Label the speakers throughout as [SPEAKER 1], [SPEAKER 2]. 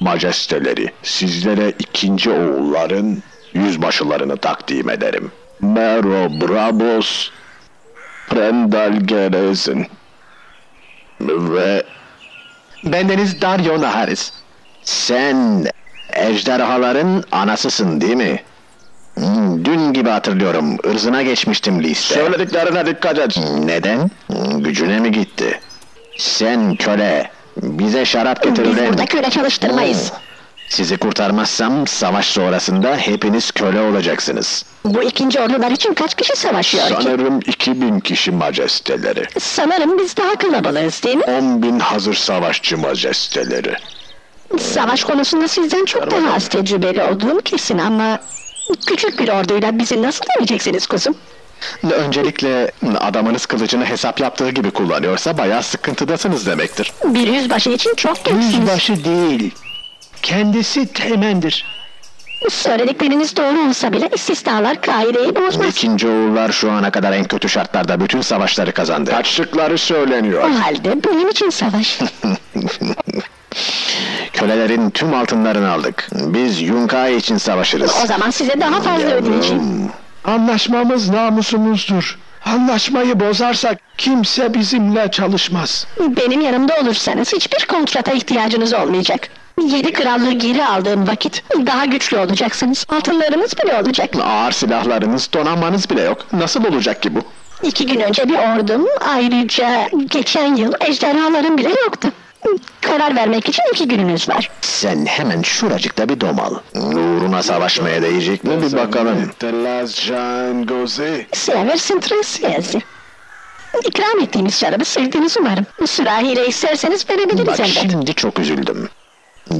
[SPEAKER 1] Majesteleri, sizlere ikinci oğulların yüzbaşılarını takdim ederim. Mero Brabos, Prendal Gerezin ve... Bendeniz Dario Naharis. Sen ejderhaların anasısın değil mi? Hmm, Dün gibi hatırlıyorum. Irzına geçmiştim liste. Söylediklerine dikkat et. Neden? Hmm, Gücüne mi gitti? Sen köle. Bize şarap
[SPEAKER 2] Biz
[SPEAKER 1] getirilen...
[SPEAKER 2] burada köle çalıştırmayız.
[SPEAKER 1] Sizi kurtarmazsam savaş sonrasında hepiniz köle olacaksınız.
[SPEAKER 2] Bu ikinci ordular için kaç kişi savaşıyor ki?
[SPEAKER 1] Sanırım 2000 kişi majesteleri.
[SPEAKER 2] Sanırım biz daha kalabalığız değil mi?
[SPEAKER 1] 10 bin hazır savaşçı majesteleri.
[SPEAKER 2] Savaş konusunda sizden çok daha az tecrübeli olduğum kesin ama... Küçük bir orduyla bizi nasıl yeneceksiniz kuzum?
[SPEAKER 1] Öncelikle adamınız kılıcını hesap yaptığı gibi kullanıyorsa bayağı sıkıntıdasınız demektir.
[SPEAKER 2] Bir yüzbaşı için çok gençsiniz.
[SPEAKER 3] Yüzbaşı değil. Kendisi temendir.
[SPEAKER 2] Söyledikleriniz doğru olsa bile istisnalar kaideyi bozmaz.
[SPEAKER 1] İkinci oğullar şu ana kadar en kötü şartlarda bütün savaşları kazandı. Kaçtıkları söyleniyor.
[SPEAKER 2] O halde benim için savaş.
[SPEAKER 1] Kölelerin tüm altınlarını aldık. Biz Yunkai için savaşırız.
[SPEAKER 2] o zaman size daha fazla ödeyeceğim.
[SPEAKER 3] Anlaşmamız namusumuzdur. Anlaşmayı bozarsak kimse bizimle çalışmaz.
[SPEAKER 2] Benim yanımda olursanız hiçbir kontrata ihtiyacınız olmayacak. Yedi krallığı geri aldığım vakit daha güçlü olacaksınız. Altınlarımız bile olacak.
[SPEAKER 1] Ağır silahlarınız, donanmanız bile yok. Nasıl olacak ki bu?
[SPEAKER 2] İki gün önce bir ordum ayrıca geçen yıl ejderhalarım bile yoktu. Karar vermek için iki gününüz var.
[SPEAKER 1] Sen hemen şuracıkta bir domal. Uğruna savaşmaya değecek mi bir bakalım.
[SPEAKER 2] Seversin Tracy'yi. İkram ettiğimiz şarabı sevdiğiniz umarım. Sürahiyle isterseniz verebiliriz
[SPEAKER 1] Bak
[SPEAKER 2] elbet.
[SPEAKER 1] şimdi çok üzüldüm.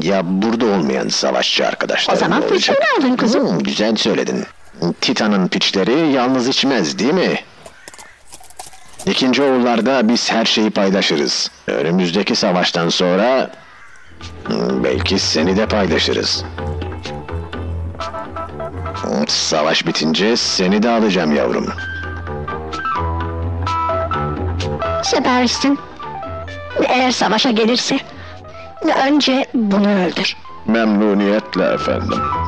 [SPEAKER 1] Ya burada olmayan savaşçı arkadaşlar.
[SPEAKER 2] O zaman
[SPEAKER 1] ne olacak?
[SPEAKER 2] fırçayla aldın kızım.
[SPEAKER 1] Hmm, güzel söyledin. Titan'ın piçleri yalnız içmez değil mi? İkinci oğullarda biz her şeyi paylaşırız. Önümüzdeki savaştan sonra hmm, belki seni de paylaşırız. Hmm, Savaş bitince seni de alacağım yavrum.
[SPEAKER 2] Seversin. Eğer savaşa gelirse önce bunu öldür.
[SPEAKER 1] Memnuniyetle efendim.